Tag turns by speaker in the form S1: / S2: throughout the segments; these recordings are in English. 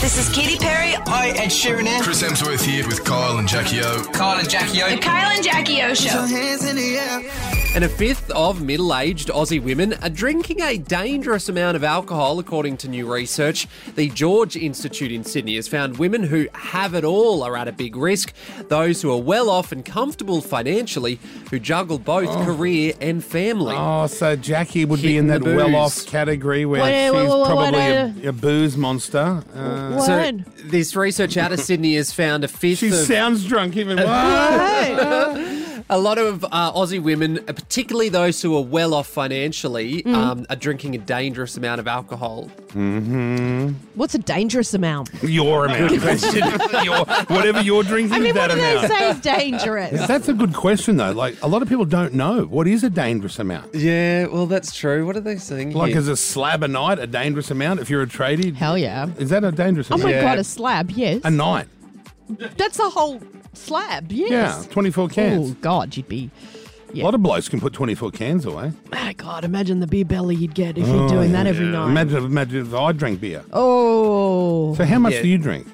S1: This is Katy Perry.
S2: Hi, Ed Sheeran here.
S3: Chris Hemsworth here with Kyle and Jackie O.
S2: Kyle and Jackie O.
S1: The Kyle and Jackie O Show.
S3: Hands in the air.
S4: And a fifth of middle aged Aussie women are drinking a dangerous amount of alcohol, according to new research. The George Institute in Sydney has found women who have it all are at a big risk. Those who are well off and comfortable financially, who juggle both career and family.
S5: Oh, so Jackie would be
S4: Hitting
S5: in
S4: the
S5: that
S4: booze.
S5: well-off category where
S6: What-
S5: she's
S6: what- what-
S5: probably
S6: what,
S5: a, a booze monster. Uh,
S6: What?
S4: So, this research out of Sydney has found a fifth
S5: she
S4: of.
S5: sounds drunk even. What?
S4: A lot of uh, Aussie women, uh, particularly those who are well off financially, um, are drinking a dangerous amount of alcohol.
S6: What's a dangerous amount?
S5: your amount. Question. your, whatever you're drinking
S6: I
S5: is
S6: mean, what
S5: that
S6: do they
S5: amount.
S6: say is dangerous?
S5: That's a good question though. Like a lot of people don't know what is a dangerous amount.
S4: Yeah, well, that's true. What are they saying?
S5: Like is a slab a night a dangerous amount if you're a tradie?
S6: Hell yeah.
S5: Is that a dangerous
S6: Oh
S5: amount?
S6: my
S4: Yeah.
S6: god, a slab, yes.
S5: A night.
S6: That's a whole slab,
S5: Yeah,
S6: yes.
S5: 24 cans.
S6: Oh god, you'd be
S5: A lot of blokes can put 24 cans away.
S6: Ah, God, imagine the beer belly you'd get if you're doing that every night.
S5: Oh, Imagine, imagine if I drank beer.
S6: Oh.
S5: So how much
S4: Yeah.
S5: do you drink?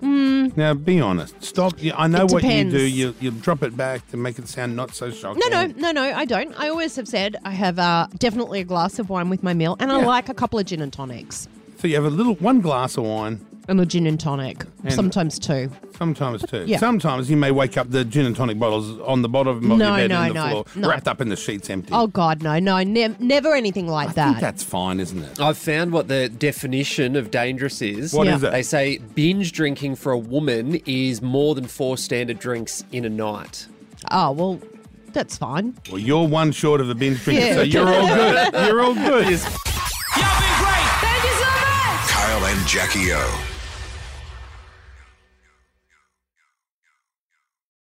S5: Now be honest. Stop. You- I know
S6: Mm. It
S5: what you
S6: depends.
S5: do. You you drop it back to make it sound not so shocking.
S6: No, no, no, no, I don't. I always have said I have uh, definitely a glass of wine with my meal, and I
S5: Yeah.
S6: like a couple of gin and tonics.
S5: So you have a little one glass of wine,
S6: And a gin and tonic,
S5: And-
S6: sometimes two.
S5: sometimes two.
S6: Yeah.
S5: Sometimes you may wake up the gin and tonic bottles on the bottom of
S6: No,
S5: your bed
S6: no,
S5: on the
S6: no,
S5: floor,
S6: no.
S5: wrapped up in the sheets, empty.
S6: Oh, God, no, no, ne- never anything like
S5: I
S6: that.
S5: think that's fine, isn't it?
S4: I've found what the definition of dangerous is.
S5: What
S6: Yeah.
S5: is
S6: that?
S4: They
S5: it?
S4: say binge drinking for a woman is more than four standard drinks in a night.
S6: Oh, well, that's fine.
S5: Well, you're one short of a binge drinker,
S6: Yeah.
S5: so you're all good. You're all good.
S2: Y'all been great.
S1: Thank you so much.
S3: Kyle and Jackie O.